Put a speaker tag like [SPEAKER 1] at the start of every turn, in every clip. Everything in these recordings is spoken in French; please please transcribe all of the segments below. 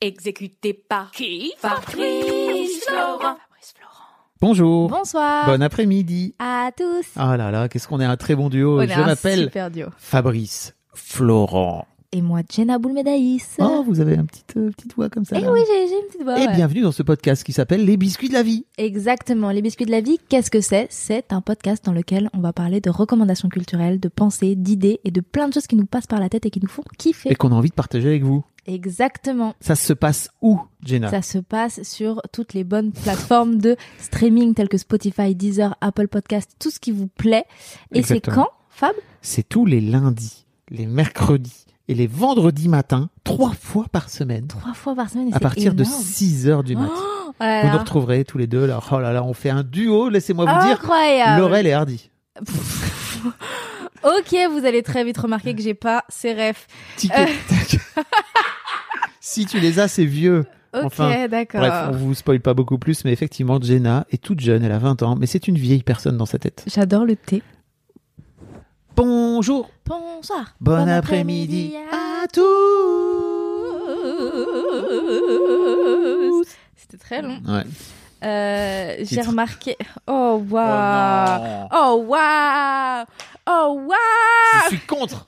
[SPEAKER 1] Exécuté par qui Fabrice Florent.
[SPEAKER 2] Bonjour.
[SPEAKER 3] Bonsoir.
[SPEAKER 2] Bon après-midi.
[SPEAKER 3] à tous.
[SPEAKER 2] Ah là là, qu'est-ce qu'on est un très bon duo.
[SPEAKER 3] On est
[SPEAKER 2] Je
[SPEAKER 3] un
[SPEAKER 2] m'appelle
[SPEAKER 3] super duo.
[SPEAKER 2] Fabrice Florent.
[SPEAKER 3] Et moi, Jenna Boulmedaïs.
[SPEAKER 2] Oh, eh vous avez une petite, euh, petite voix comme ça.
[SPEAKER 3] Ah. Eh
[SPEAKER 2] là.
[SPEAKER 3] oui, j'ai j'ai une petite voix.
[SPEAKER 2] Et
[SPEAKER 3] ouais.
[SPEAKER 2] bienvenue dans ce podcast qui s'appelle Les biscuits de la vie.
[SPEAKER 3] Exactement. Les biscuits de la vie, qu'est-ce que c'est C'est un podcast dans lequel on va parler de recommandations culturelles, de pensées, d'idées et de plein de choses qui nous passent par la tête et qui nous font kiffer.
[SPEAKER 2] Et qu'on a envie de partager avec vous.
[SPEAKER 3] Exactement.
[SPEAKER 2] Ça se passe où, Jenna
[SPEAKER 3] Ça se passe sur toutes les bonnes plateformes de streaming telles que Spotify, Deezer, Apple Podcast, tout ce qui vous plaît. Et c'est
[SPEAKER 2] Exactement.
[SPEAKER 3] quand, Fab
[SPEAKER 2] C'est tous les lundis, les mercredis et les vendredis matins, trois fois par semaine.
[SPEAKER 3] Trois fois par semaine. et
[SPEAKER 2] À
[SPEAKER 3] c'est
[SPEAKER 2] partir de
[SPEAKER 3] énorme.
[SPEAKER 2] 6 heures du matin.
[SPEAKER 3] Oh là
[SPEAKER 2] vous nous
[SPEAKER 3] là.
[SPEAKER 2] retrouverez tous les deux. Là. Oh là là, on fait un duo, laissez-moi vous dire.
[SPEAKER 3] Ah, Incroyable.
[SPEAKER 2] Laurel et Hardy.
[SPEAKER 3] Ok, vous allez très vite remarquer que j'ai pas ces refs.
[SPEAKER 2] Tic et tac. si tu les as, c'est vieux.
[SPEAKER 3] Euh. Ok,
[SPEAKER 2] Enfin,
[SPEAKER 3] d'accord.
[SPEAKER 2] Bref, on vous spoil pas beaucoup plus, mais effectivement, Jenna est toute jeune, elle a 20 ans, mais c'est une vieille personne dans sa tête.
[SPEAKER 3] J'adore le thé.
[SPEAKER 2] Bonjour,
[SPEAKER 3] Bonsoir.
[SPEAKER 2] bon, après-midi Ah. à tous.
[SPEAKER 3] C'était très long.
[SPEAKER 2] Ouais.
[SPEAKER 3] Euh, j'ai
[SPEAKER 2] Titre.
[SPEAKER 3] remarqué. Oh waouh. Oh waouh. Oh waouh.
[SPEAKER 2] Je suis contre.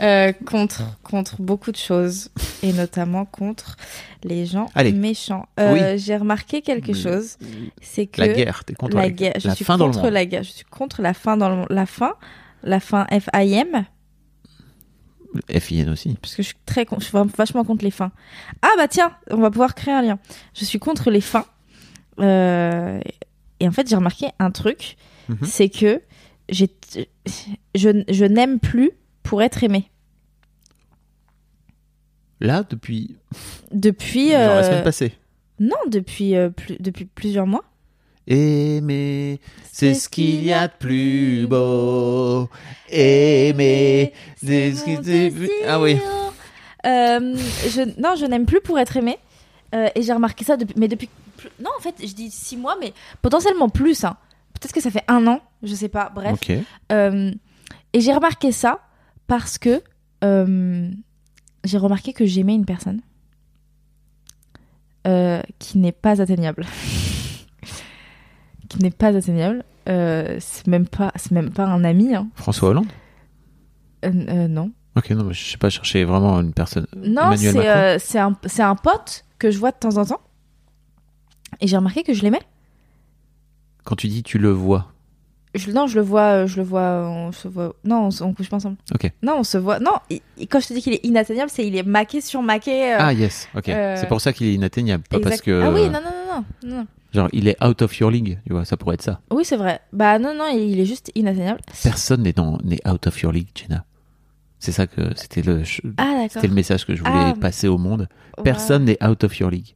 [SPEAKER 3] Euh, contre, contre beaucoup de choses et notamment contre les gens
[SPEAKER 2] Allez.
[SPEAKER 3] méchants. Euh, J'ai remarqué quelque
[SPEAKER 2] Mais-
[SPEAKER 3] chose, c'est que
[SPEAKER 2] La guerre, t'es contre
[SPEAKER 3] la guerre. Je
[SPEAKER 2] la
[SPEAKER 3] suis
[SPEAKER 2] fin dans le
[SPEAKER 3] contre
[SPEAKER 2] monde.
[SPEAKER 3] la guerre. Je suis contre la fin dans le monde. La fin, la fin F-I-M,
[SPEAKER 2] FIN aussi.
[SPEAKER 3] parce que je suis très, con- je suis vraiment vachement contre les fins. Ah bah tiens, on va pouvoir créer un lien. Je suis contre les fins. Euh, et en fait, j'ai remarqué un truc,
[SPEAKER 2] Mhm.
[SPEAKER 3] c'est que j'ai, je, je n'aime plus pour être aimé.
[SPEAKER 2] Là, depuis
[SPEAKER 3] Depuis,
[SPEAKER 2] genre, la
[SPEAKER 3] euh,
[SPEAKER 2] semaine passée.
[SPEAKER 3] non, depuis, euh, plus, depuis plusieurs mois.
[SPEAKER 2] Aimer, Eh, c'est ce qu'il y a de plus beau. Eh, Aimer, c'est ce qu'il y a de plus... Ah oui.
[SPEAKER 3] Euh, je, non, je n'aime plus pour être aimée. Euh, et j'ai remarqué ça depuis. Mais depuis. plus- Non, en fait, je dis six mois, mais potentiellement plus. hein. Peut-être que ça fait un an, je sais pas. Bref.
[SPEAKER 2] Ok.
[SPEAKER 3] Euh, et j'ai remarqué ça parce que euh, j'ai remarqué que j'aimais une personne euh, qui n'est pas atteignable. qui n'est pas atteignable. Euh, c'est même pas, c'est même pas un ami. hein.
[SPEAKER 2] François Hollande
[SPEAKER 3] Euh, euh, non.
[SPEAKER 2] Ok, non, mais je sais pas chercher vraiment une personne.
[SPEAKER 3] Non,
[SPEAKER 2] Emmanuel
[SPEAKER 3] c'est
[SPEAKER 2] Macron.
[SPEAKER 3] euh, c'est un, c'est un pote que je vois de temps en temps. Et j'ai remarqué que je l'aimais.
[SPEAKER 2] Quand tu dis tu le vois,
[SPEAKER 3] Je, non, je le vois, euh, je le vois, euh, on se voit. Non, on, se- on couche pas ensemble.
[SPEAKER 2] Ok.
[SPEAKER 3] Non, on se voit. Non, il- il- quand je te dis qu'il est inatteignable, c'est il est maqué sur maqué. euh,
[SPEAKER 2] ah yes, ok,
[SPEAKER 3] euh,
[SPEAKER 2] c'est pour ça qu'il est inatteignable, pas
[SPEAKER 3] exact-
[SPEAKER 2] parce que
[SPEAKER 3] Ah oui, non, non, non, non, non.
[SPEAKER 2] genre il est out of your league, tu vois, ça pourrait être ça.
[SPEAKER 3] Oui, c'est vrai. Bah non, non, il, il est juste inatteignable.
[SPEAKER 2] Personne n'est dans n'est out of your league, Jenna. C'est ça que c'était le ch-
[SPEAKER 3] Ah d'accord.
[SPEAKER 2] c'était le message que je voulais
[SPEAKER 3] Ah.
[SPEAKER 2] passer au monde.
[SPEAKER 3] Ouais.
[SPEAKER 2] Personne n'est out of your league.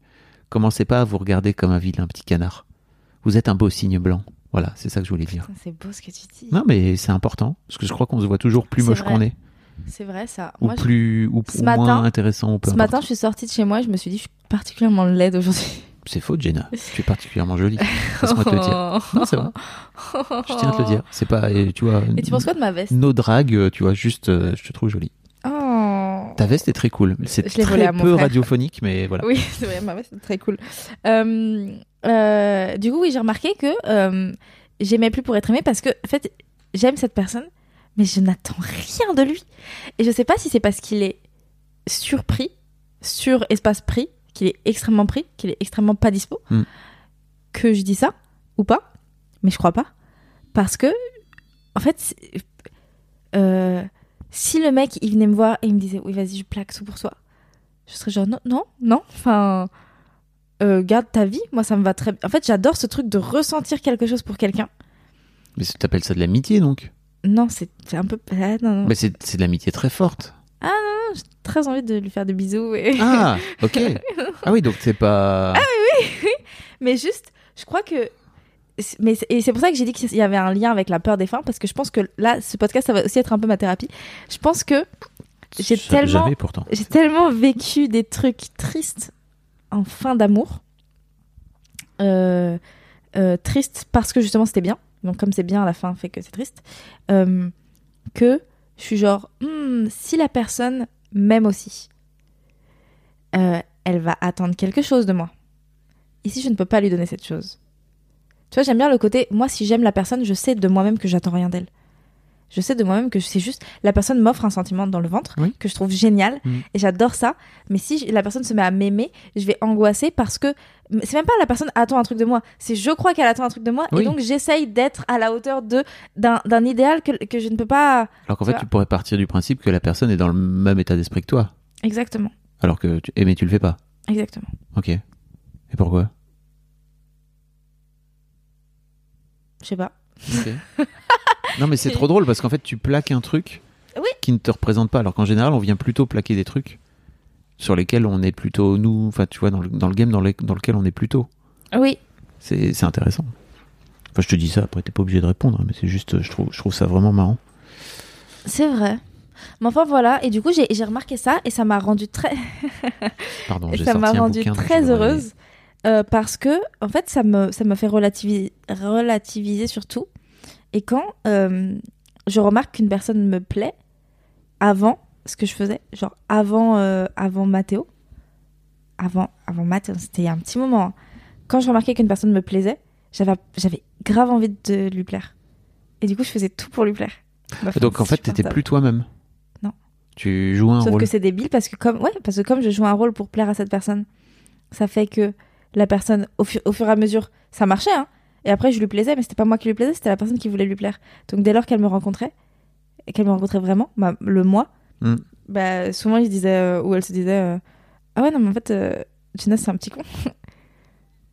[SPEAKER 2] Commencez pas à vous regarder comme un vilain petit canard. Vous êtes un beau cygne blanc. Voilà, c'est ça que je voulais dire.
[SPEAKER 3] Putain, C'est beau ce que tu dis.
[SPEAKER 2] Non, mais c'est important parce que je crois qu'on se voit toujours plus
[SPEAKER 3] C'est
[SPEAKER 2] moche
[SPEAKER 3] vrai.
[SPEAKER 2] qu'on est,
[SPEAKER 3] C'est vrai ça.
[SPEAKER 2] ou
[SPEAKER 3] Moi, je-
[SPEAKER 2] plus ou,
[SPEAKER 3] Ce
[SPEAKER 2] ou
[SPEAKER 3] matin-
[SPEAKER 2] moins intéressant. Ou peu
[SPEAKER 3] ce
[SPEAKER 2] importe.
[SPEAKER 3] matin, je suis sortie de chez moi, je me suis dit, je suis particulièrement laide aujourd'hui.
[SPEAKER 2] c'est faux, Jenna. Tu es particulièrement jolie. Laisse-moi te le dire. Non, c'est vrai. Je tiens à te le dire. C'est pas, et tu vois.
[SPEAKER 3] Et tu penses quoi de ma veste
[SPEAKER 2] No drag, euh, tu vois, juste, euh, je te trouve jolie.
[SPEAKER 3] Oh.
[SPEAKER 2] Ta veste est très cool. C'est
[SPEAKER 3] Je l'ai volée
[SPEAKER 2] très
[SPEAKER 3] à mon
[SPEAKER 2] peu
[SPEAKER 3] frère.
[SPEAKER 2] radiophonique, mais voilà.
[SPEAKER 3] Oui, c'est vrai, ma veste, c'est très cool. Euh, euh, du coup, oui, j'ai remarqué que euh, j'aimais plus pour être aimée parce que, en fait, j'aime cette personne, mais je n'attends rien de lui. Et je sais pas si c'est parce qu'il est surpris, sur espace pris, qu'il est extrêmement pris, qu'il est extrêmement pas dispo,
[SPEAKER 2] Hmm.
[SPEAKER 3] que je dis ça ou pas, mais je crois pas. Parce que, en fait, c'est- euh, si le mec, il venait me voir et il me disait, oui, vas-y, je plaque tout pour toi je serais genre non, non, non, enfin, euh, garde ta vie, moi ça me va très bien. En fait, j'adore ce truc de ressentir quelque chose pour quelqu'un.
[SPEAKER 2] Mais tu t'appelles ça de l'amitié, donc
[SPEAKER 3] Non, c'est c'est un peu. ah, non, non.
[SPEAKER 2] Mais c'est c'est de l'amitié très forte.
[SPEAKER 3] Ah non, non, j'ai très envie de lui faire des bisous. et-
[SPEAKER 2] Ah, ok. Ah oui, donc c'est
[SPEAKER 3] Ah
[SPEAKER 2] pas.
[SPEAKER 3] Mais juste, je crois que. c'est- Mais c'est- et c'est pour ça que j'ai dit qu'il y avait un lien avec la peur des fins, parce que je pense que là, ce podcast, ça va aussi être un peu ma thérapie. Je pense que j'ai
[SPEAKER 2] Je savais
[SPEAKER 3] tellement-
[SPEAKER 2] Jamais pourtant.
[SPEAKER 3] j'ai tellement vécu des trucs tristes en fin d'amour. Euh, euh, triste parce que justement c'était bien. Donc comme c'est bien à la fin fait que c'est triste. Euh, que je suis genre, Hmm, si la personne m'aime aussi, euh, elle va attendre quelque chose de moi. Ici, je ne peux pas lui donner cette chose. Tu vois, j'aime bien le côté, moi, si j'aime la personne, je sais de moi-même que j'attends rien d'elle. Je sais de moi-même que c'est juste, la personne m'offre un sentiment dans le ventre
[SPEAKER 2] Oui.
[SPEAKER 3] que je trouve génial
[SPEAKER 2] Mm.
[SPEAKER 3] et j'adore ça. Mais si j- la personne se met à m'aimer, je vais angoisser parce que c'est même pas la personne attend un truc de moi, c'est je crois qu'elle attend un truc de moi
[SPEAKER 2] Oui.
[SPEAKER 3] et donc j'essaye d'être à la hauteur de d'un d'un idéal que, que je ne peux pas.
[SPEAKER 2] Alors qu'en
[SPEAKER 3] tu
[SPEAKER 2] fait,
[SPEAKER 3] vois.
[SPEAKER 2] tu pourrais partir du principe que la personne est dans le même état d'esprit que toi.
[SPEAKER 3] Exactement,
[SPEAKER 2] Alors que tu... eh, mais tu le fais pas.
[SPEAKER 3] exactement.
[SPEAKER 2] Ok. Et pourquoi
[SPEAKER 3] Je sais pas.
[SPEAKER 2] Non mais c'est trop drôle parce qu'en fait tu plaques un truc
[SPEAKER 3] Oui.
[SPEAKER 2] qui ne te représente pas. Alors qu'en général on vient plutôt plaquer des trucs sur lesquels on est plutôt nous, enfin tu vois dans le, dans le game dans, le- dans lequel on est plutôt.
[SPEAKER 3] Oui,
[SPEAKER 2] C'est c'est intéressant. Enfin je te dis ça, après t'es pas obligé de répondre, hein, mais c'est juste euh, je trouve, je trouve ça vraiment marrant.
[SPEAKER 3] c'est vrai. Mais enfin voilà, et du coup j'ai j'ai remarqué ça et ça m'a rendue très,
[SPEAKER 2] Pardon,
[SPEAKER 3] et
[SPEAKER 2] j'ai
[SPEAKER 3] ça
[SPEAKER 2] sorti
[SPEAKER 3] m'a
[SPEAKER 2] un
[SPEAKER 3] rendue
[SPEAKER 2] bouquin dont je
[SPEAKER 3] très
[SPEAKER 2] devrais-
[SPEAKER 3] heureuse euh, parce que en fait ça me ça me fait relativiser relativiser surtout et quand euh, je remarque qu'une personne me plaît avant ce que je faisais genre avant euh, avant Mathéo avant avant Mathéo c'était un petit moment hein. quand je remarquais qu'une personne me plaisait j'avais j'avais grave envie de lui plaire et du coup je faisais tout pour lui plaire Bref,
[SPEAKER 2] Donc en
[SPEAKER 3] c'est
[SPEAKER 2] fait t'étais
[SPEAKER 3] supportable.
[SPEAKER 2] plus toi-même.
[SPEAKER 3] Non.
[SPEAKER 2] Tu jouais un
[SPEAKER 3] Sauf
[SPEAKER 2] rôle.
[SPEAKER 3] que c'est débile parce que comme ouais, parce que comme je joue un rôle pour plaire à cette personne, ça fait que la personne au, fu- au fur et à mesure, ça marchait hein. Et après je lui plaisais, mais c'était pas moi qui lui plaisais, c'était la personne qui voulait lui plaire. Donc dès lors qu'elle me rencontrait et qu'elle me rencontrait vraiment, ma- le moi,
[SPEAKER 2] Mm.
[SPEAKER 3] bah souvent il se disait euh, ou elle se disait euh, ah ouais non mais en fait euh, Gina, c'est un petit con.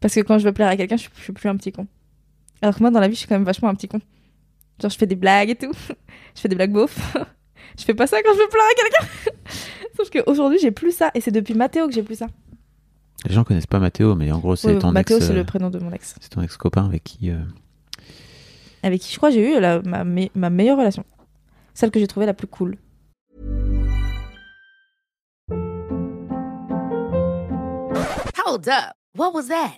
[SPEAKER 3] parce que quand je veux plaire à quelqu'un, je, suis- je suis plus un petit con. Alors que moi dans la vie, je suis quand même vachement un petit con. Genre je fais des blagues et tout. je fais des blagues beaufs. je fais pas ça quand je veux plaire à quelqu'un. Sauf qu'aujourd'hui, j'ai plus ça. Et c'est depuis Mathéo que j'ai plus ça.
[SPEAKER 2] Les gens connaissent pas Mathéo, mais en gros c'est
[SPEAKER 3] Ouais,
[SPEAKER 2] ton
[SPEAKER 3] Mathéo,
[SPEAKER 2] ex.
[SPEAKER 3] c'est
[SPEAKER 2] euh,
[SPEAKER 3] le prénom de mon ex.
[SPEAKER 2] C'est ton ex-copain avec qui. euh,
[SPEAKER 3] Avec qui je crois que j'ai eu la- ma, me- ma meilleure relation. Celle que j'ai trouvée la plus cool.
[SPEAKER 4] Hold up. What was that?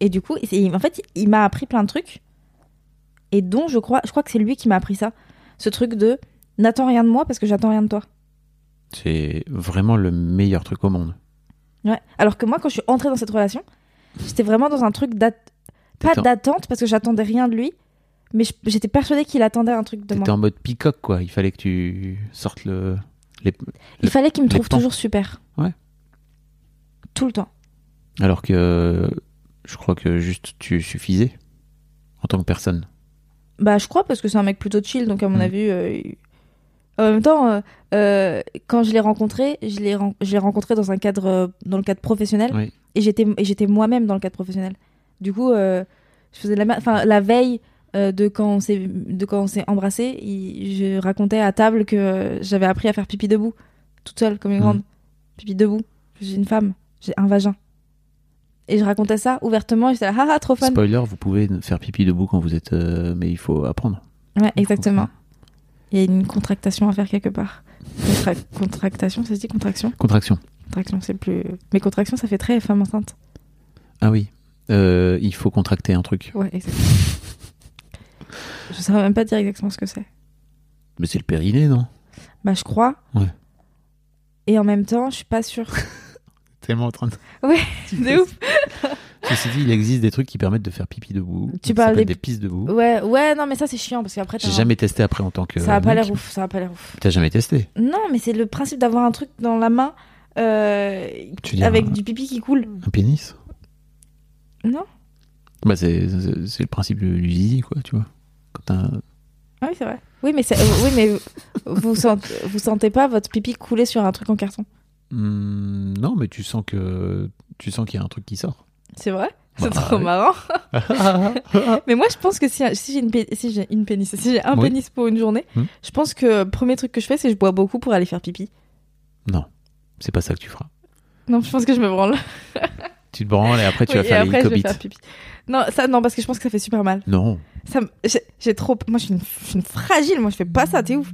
[SPEAKER 3] Et du coup, c'est- en fait, il m'a appris plein de trucs. Et dont je crois, je crois que c'est lui qui m'a appris ça. Ce truc de n'attends rien de moi parce que j'attends rien de toi.
[SPEAKER 2] C'est vraiment le meilleur truc au monde.
[SPEAKER 3] Ouais. Alors que moi, quand je suis entrée dans cette relation, j'étais vraiment dans un truc d'att- pas
[SPEAKER 2] T'étais en-
[SPEAKER 3] d'attente parce que j'attendais rien de lui, mais je- j'étais persuadée qu'il attendait un truc de moi.
[SPEAKER 2] T'étais en mode peacock, quoi. Il fallait que tu sortes le. les-
[SPEAKER 3] Il fallait qu'il me
[SPEAKER 2] les
[SPEAKER 3] trouve
[SPEAKER 2] pans.
[SPEAKER 3] toujours super.
[SPEAKER 2] Ouais.
[SPEAKER 3] Tout le temps.
[SPEAKER 2] Alors que je crois que juste tu suffisais en tant que personne.
[SPEAKER 3] Bah, je crois, parce que c'est un mec plutôt chill, donc à mon
[SPEAKER 2] Mm.
[SPEAKER 3] avis. euh, il- En même temps, euh, euh, quand je l'ai rencontré, je l'ai ren- je l'ai rencontré dans un cadre, euh, dans le cadre professionnel,
[SPEAKER 2] Oui.
[SPEAKER 3] et j'étais, et j'étais moi-même dans le cadre professionnel. Du coup, euh, je faisais de la, mer- enfin, la veille euh, de quand on s'est, de quand on s'est embrassé, il- je racontais à table que euh, j'avais appris à faire pipi debout, toute seule comme une
[SPEAKER 2] Mm.
[SPEAKER 3] grande, pipi debout. J'ai une femme, j'ai un vagin, et je racontais ça ouvertement. et J'étais là, ah, ah trop fun.
[SPEAKER 2] Spoiler, vous pouvez faire pipi debout quand vous êtes. euh, mais il faut apprendre.
[SPEAKER 3] Ouais, exactement. Il y a une contractation à faire quelque part. Contra- contractation, ça se dit contraction
[SPEAKER 2] Contraction.
[SPEAKER 3] Contraction, c'est le plus. Mais contraction, ça fait très femme enceinte.
[SPEAKER 2] Ah oui. Euh, il faut contracter un truc.
[SPEAKER 3] Ouais, exactement. je saurais même pas dire exactement ce que c'est.
[SPEAKER 2] Mais c'est le périnée, non
[SPEAKER 3] Bah, je crois.
[SPEAKER 2] Ouais.
[SPEAKER 3] Et en même temps, je suis pas sûre.
[SPEAKER 2] Tellement en train de.
[SPEAKER 3] Ouais, de ouf.
[SPEAKER 2] Ceci dit, il existe des trucs qui permettent de faire pipi debout.
[SPEAKER 3] Tu
[SPEAKER 2] Ça
[SPEAKER 3] parles
[SPEAKER 2] s'appelle
[SPEAKER 3] des-
[SPEAKER 2] des pistes debout.
[SPEAKER 3] Ouais, ouais, non, mais ça, c'est chiant parce qu'après, t'as
[SPEAKER 2] J'ai
[SPEAKER 3] un-
[SPEAKER 2] jamais testé après en tant que.
[SPEAKER 3] Ça a pas
[SPEAKER 2] mec.
[SPEAKER 3] l'air ouf, ça a pas l'air ouf.
[SPEAKER 2] T'as jamais testé
[SPEAKER 3] Non, mais c'est le principe d'avoir un truc dans la main euh,
[SPEAKER 2] Tu dis
[SPEAKER 3] avec
[SPEAKER 2] un-
[SPEAKER 3] du pipi qui coule.
[SPEAKER 2] Un pénis
[SPEAKER 3] Non
[SPEAKER 2] Bah, c'est c'est- c'est le principe du du zizi, quoi, tu vois. Quand t'as.
[SPEAKER 3] Ah oui, c'est vrai. Oui, mais, c'est- euh, oui, mais vous, sent- vous sentez pas votre pipi couler sur un truc en carton.
[SPEAKER 2] Hmm, non, mais tu sens que tu sens qu'il y a un truc qui sort.
[SPEAKER 3] C'est vrai C'est
[SPEAKER 2] Bah,
[SPEAKER 3] trop
[SPEAKER 2] oui.
[SPEAKER 3] marrant. Mais moi, je pense que si, si j'ai une, pé- si j'ai une pénis, si j'ai un
[SPEAKER 2] Oui.
[SPEAKER 3] pénis pour une journée,
[SPEAKER 2] Hmm.
[SPEAKER 3] je pense que le premier truc que je fais, c'est que je bois beaucoup pour aller faire pipi.
[SPEAKER 2] non, c'est pas ça que tu feras.
[SPEAKER 3] Non, je pense que je me branle.
[SPEAKER 2] Tu te branles et après tu
[SPEAKER 3] Oui,
[SPEAKER 2] vas
[SPEAKER 3] et
[SPEAKER 2] faire les
[SPEAKER 3] après, je vais
[SPEAKER 2] cobites.
[SPEAKER 3] faire pipi. Non, ça, non, parce que je pense que ça fait super mal.
[SPEAKER 2] Non,
[SPEAKER 3] Ça, me- j'ai- j'ai trop. Moi, je suis, une, je suis une fragile. Moi, je fais pas ça. T'es ouf.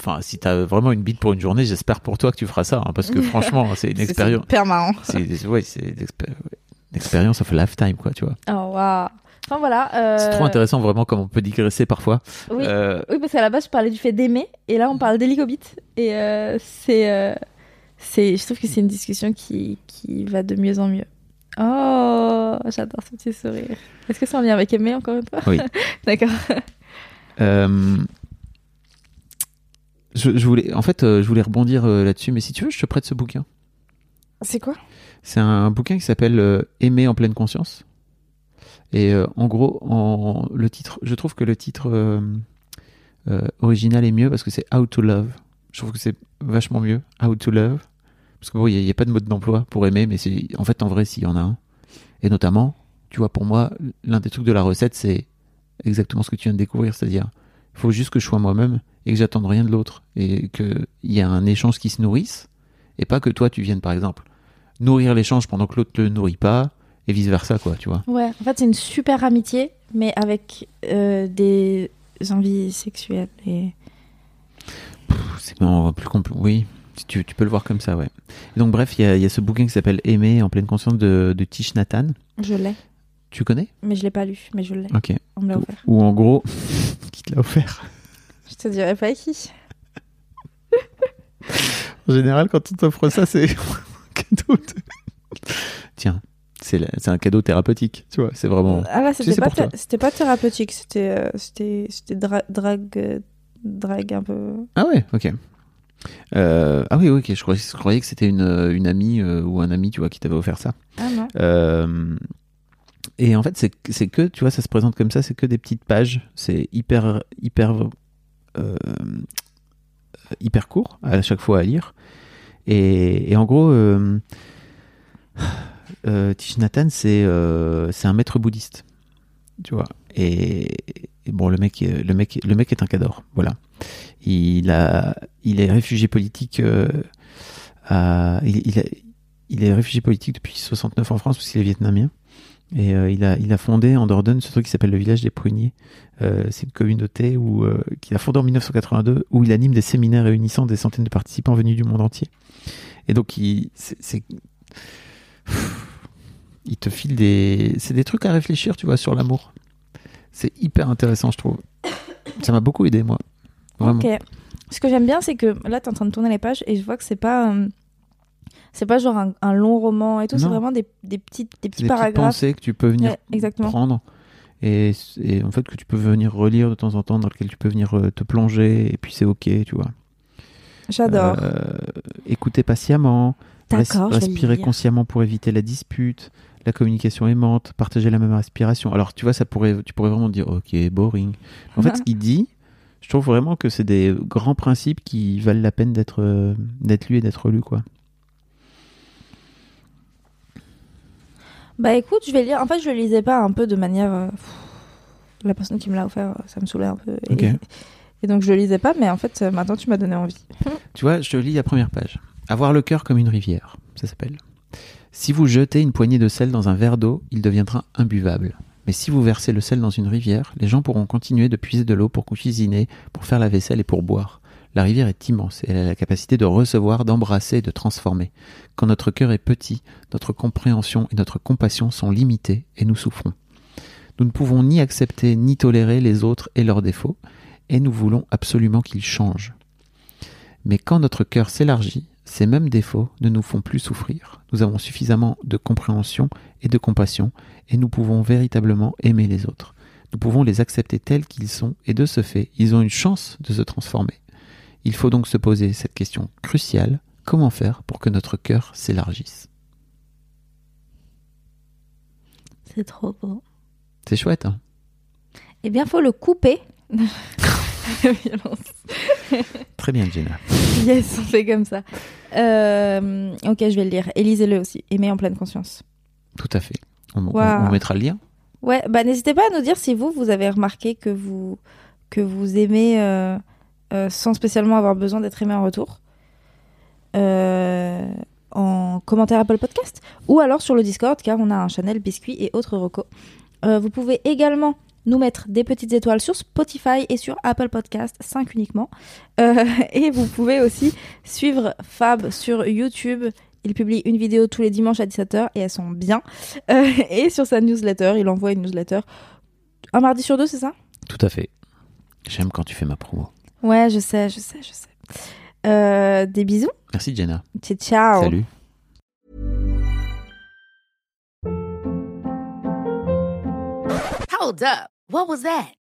[SPEAKER 2] enfin, si t'as vraiment une bite pour une journée, j'espère pour toi que tu feras ça, hein, parce que franchement, c'est une
[SPEAKER 3] C'est
[SPEAKER 2] expérience.
[SPEAKER 3] Super marrant.
[SPEAKER 2] C'est ouais, c'est une expé- ouais, une expérience of a lifetime, quoi, tu vois.
[SPEAKER 3] Oh waouh. Enfin voilà. euh,
[SPEAKER 2] C'est trop intéressant, vraiment, comme on peut digresser parfois.
[SPEAKER 3] Oui.
[SPEAKER 2] Euh,
[SPEAKER 3] Oui, parce qu'à la base, je parlais du fait d'aimer, et là, on parle d'hélicobite. Et euh, c'est, euh, c'est, je trouve que c'est une discussion qui, qui va de mieux en mieux. Oh, j'adore ce petit sourire. Est-ce que c'est en lien avec aimer encore une fois
[SPEAKER 2] Oui.
[SPEAKER 3] D'accord.
[SPEAKER 2] Euh, je, je voulais, en fait, euh, je voulais rebondir euh, là-dessus, mais si tu veux, je te prête ce bouquin.
[SPEAKER 3] C'est quoi
[SPEAKER 2] C'est un bouquin qui s'appelle euh, Aimer en pleine conscience. Et euh, en gros, en, le titre, je trouve que le titre euh, euh, original est mieux parce que c'est How to Love. Je trouve que c'est vachement mieux. How to Love. Parce que bon, il n'y a, pas de mode d'emploi pour aimer, mais c'est en fait, en vrai, s'il y en a un. Et notamment, tu vois, pour moi, l'un des trucs de la recette, c'est exactement ce que tu viens de découvrir. C'est-à-dire, il faut juste que je sois moi-même et que j'attende rien de l'autre. Et qu'il y a un échange qui se nourrisse. Et pas que toi, tu viennes, par exemple nourrir l'échange pendant que l'autre le nourrit pas et vice versa quoi tu vois
[SPEAKER 3] Ouais, en fait, c'est une super amitié, mais avec euh, des envies sexuelles. Et...
[SPEAKER 2] Pff, c'est non, plus compl- oui si tu, tu peux le voir comme ça ouais Et donc bref il y, a- il y a ce bouquin qui s'appelle aimer en pleine conscience de, de Tish Nathan
[SPEAKER 3] Je l'ai,
[SPEAKER 2] tu connais
[SPEAKER 3] mais je l'ai pas lu, mais je l'ai.
[SPEAKER 2] ok
[SPEAKER 3] On me l'a offert.
[SPEAKER 2] ou en gros qui te l'a offert
[SPEAKER 3] Je te dirai pas qui.
[SPEAKER 2] en général quand on t'offre ça c'est un cadeau de- tiens c'est la- c'est un cadeau thérapeutique tu vois c'est vraiment
[SPEAKER 3] Ah là,
[SPEAKER 2] sais,
[SPEAKER 3] c'était
[SPEAKER 2] c'est
[SPEAKER 3] pas,
[SPEAKER 2] pour toi.
[SPEAKER 3] thé- c'était pas thérapeutique, c'était euh, c'était c'était dra- drague euh, drague un peu.
[SPEAKER 2] ah ouais ok Euh, ah oui ok je croyais, je croyais que c'était une, une amie euh, ou un ami tu vois qui t'avait offert ça
[SPEAKER 3] Ah non.
[SPEAKER 2] Euh, et en fait, c'est c'est que, tu vois, ça se présente comme ça, c'est que des petites pages. C'est hyper, hyper, euh, hyper court à chaque fois à lire. Et, et en gros, euh, euh, Thich Nhat Hanh, c'est euh, c'est un maître bouddhiste, tu vois. Et, et bon, le mec, est- le mec, le mec est un cador, voilà. Il a, il est réfugié politique. euh, à- il, il a- il est réfugié politique depuis 69 en France parce qu'il est vietnamien. Et euh, il, a, il a fondé en Dordogne ce truc qui s'appelle le village des pruniers. Euh, c'est une communauté où, euh, qu'il a fondée en 1982 où il anime des séminaires réunissant des centaines de participants venus du monde entier. Et donc, il, c'est, c'est- il te file des, c'est des trucs à réfléchir, tu vois, sur l'amour. C'est hyper intéressant, je trouve. Ça m'a beaucoup aidé, moi. Vraiment.
[SPEAKER 3] Ok. Ce que j'aime bien, c'est que là, t'es en train de tourner les pages et je vois que c'est pas euh, c'est pas genre un, un long roman et tout, c'est
[SPEAKER 2] Non.
[SPEAKER 3] vraiment des, des petites des petits
[SPEAKER 2] C'est des petites
[SPEAKER 3] paragraphes.
[SPEAKER 2] pensées que tu peux venir
[SPEAKER 3] Ouais, exactement.
[SPEAKER 2] prendre et, et en fait que tu peux venir relire de temps en temps dans lequel tu peux venir euh, te plonger et puis c'est ok tu vois
[SPEAKER 3] J'adore.
[SPEAKER 2] Euh, écouter patiemment res-
[SPEAKER 3] D'accord. je vais le
[SPEAKER 2] respirer
[SPEAKER 3] lire.
[SPEAKER 2] consciemment pour éviter la dispute la communication aimante partager la même respiration alors tu vois ça pourrait tu pourrais vraiment dire ok boring en fait ce qu'il dit je trouve vraiment que c'est des grands principes qui valent la peine d'être euh, d'être lus et d'être relus quoi
[SPEAKER 3] Bah écoute, je vais lire. En fait, je le lisais pas un peu de manière. euh, pff, La personne qui me l'a offert, euh, ça me saoulait un peu. Et-
[SPEAKER 2] Ok.
[SPEAKER 3] Et, donc je le lisais pas, mais en fait, euh, maintenant tu m'as donné envie.
[SPEAKER 2] Tu vois, je te lis la première page. Avoir le cœur comme une rivière, ça s'appelle. Si vous jetez une poignée de sel dans un verre d'eau, il deviendra imbuvable. Mais si vous versez le sel dans une rivière, les gens pourront continuer de puiser de l'eau pour cuisiner, pour faire la vaisselle et pour boire. La rivière est immense et elle a la capacité de recevoir, d'embrasser et de transformer. Quand notre cœur est petit, notre compréhension et notre compassion sont limitées et nous souffrons. Nous ne pouvons ni accepter ni tolérer les autres et leurs défauts, et nous voulons absolument qu'ils changent. Mais quand notre cœur s'élargit, ces mêmes défauts ne nous font plus souffrir. Nous avons suffisamment de compréhension et de compassion et nous pouvons véritablement aimer les autres. Nous pouvons les accepter tels qu'ils sont et de ce fait, ils ont une chance de se transformer. Il faut donc se poser cette question cruciale. Comment faire pour que notre cœur s'élargisse
[SPEAKER 3] C'est trop beau.
[SPEAKER 2] C'est chouette, hein
[SPEAKER 3] Eh bien, faut le couper. La violence.
[SPEAKER 2] Très bien, Gina.
[SPEAKER 3] Yes, on fait comme ça. Euh, ok, je vais le lire. Et lisez-le aussi. Aimez en pleine conscience.
[SPEAKER 2] Tout à fait. On, on-
[SPEAKER 3] Waouh.
[SPEAKER 2] on mettra le lien.
[SPEAKER 3] Ouais, bah n'hésitez pas à nous dire si vous, vous avez remarqué que vous, que vous aimez euh, euh, sans spécialement avoir besoin d'être aimé en retour. Euh, en commentaire Apple Podcast ou alors sur le Discord car on a un channel Biscuit et autres recos. Euh, vous pouvez également nous mettre des petites étoiles sur Spotify et sur Apple Podcast, 5 uniquement. Euh, et vous pouvez aussi suivre Fab sur YouTube. Il publie une vidéo tous les dimanches à 17h et elles sont bien. Euh, et sur sa newsletter, il envoie une newsletter un mardi sur deux, c'est ça
[SPEAKER 2] Tout à fait. J'aime quand tu fais ma promo.
[SPEAKER 3] Ouais, je sais, je sais, je sais. Euh, des bisous.
[SPEAKER 2] Merci, Jenna.
[SPEAKER 3] Ciao, ciao.
[SPEAKER 2] Salut.
[SPEAKER 4] Hold up. What was that?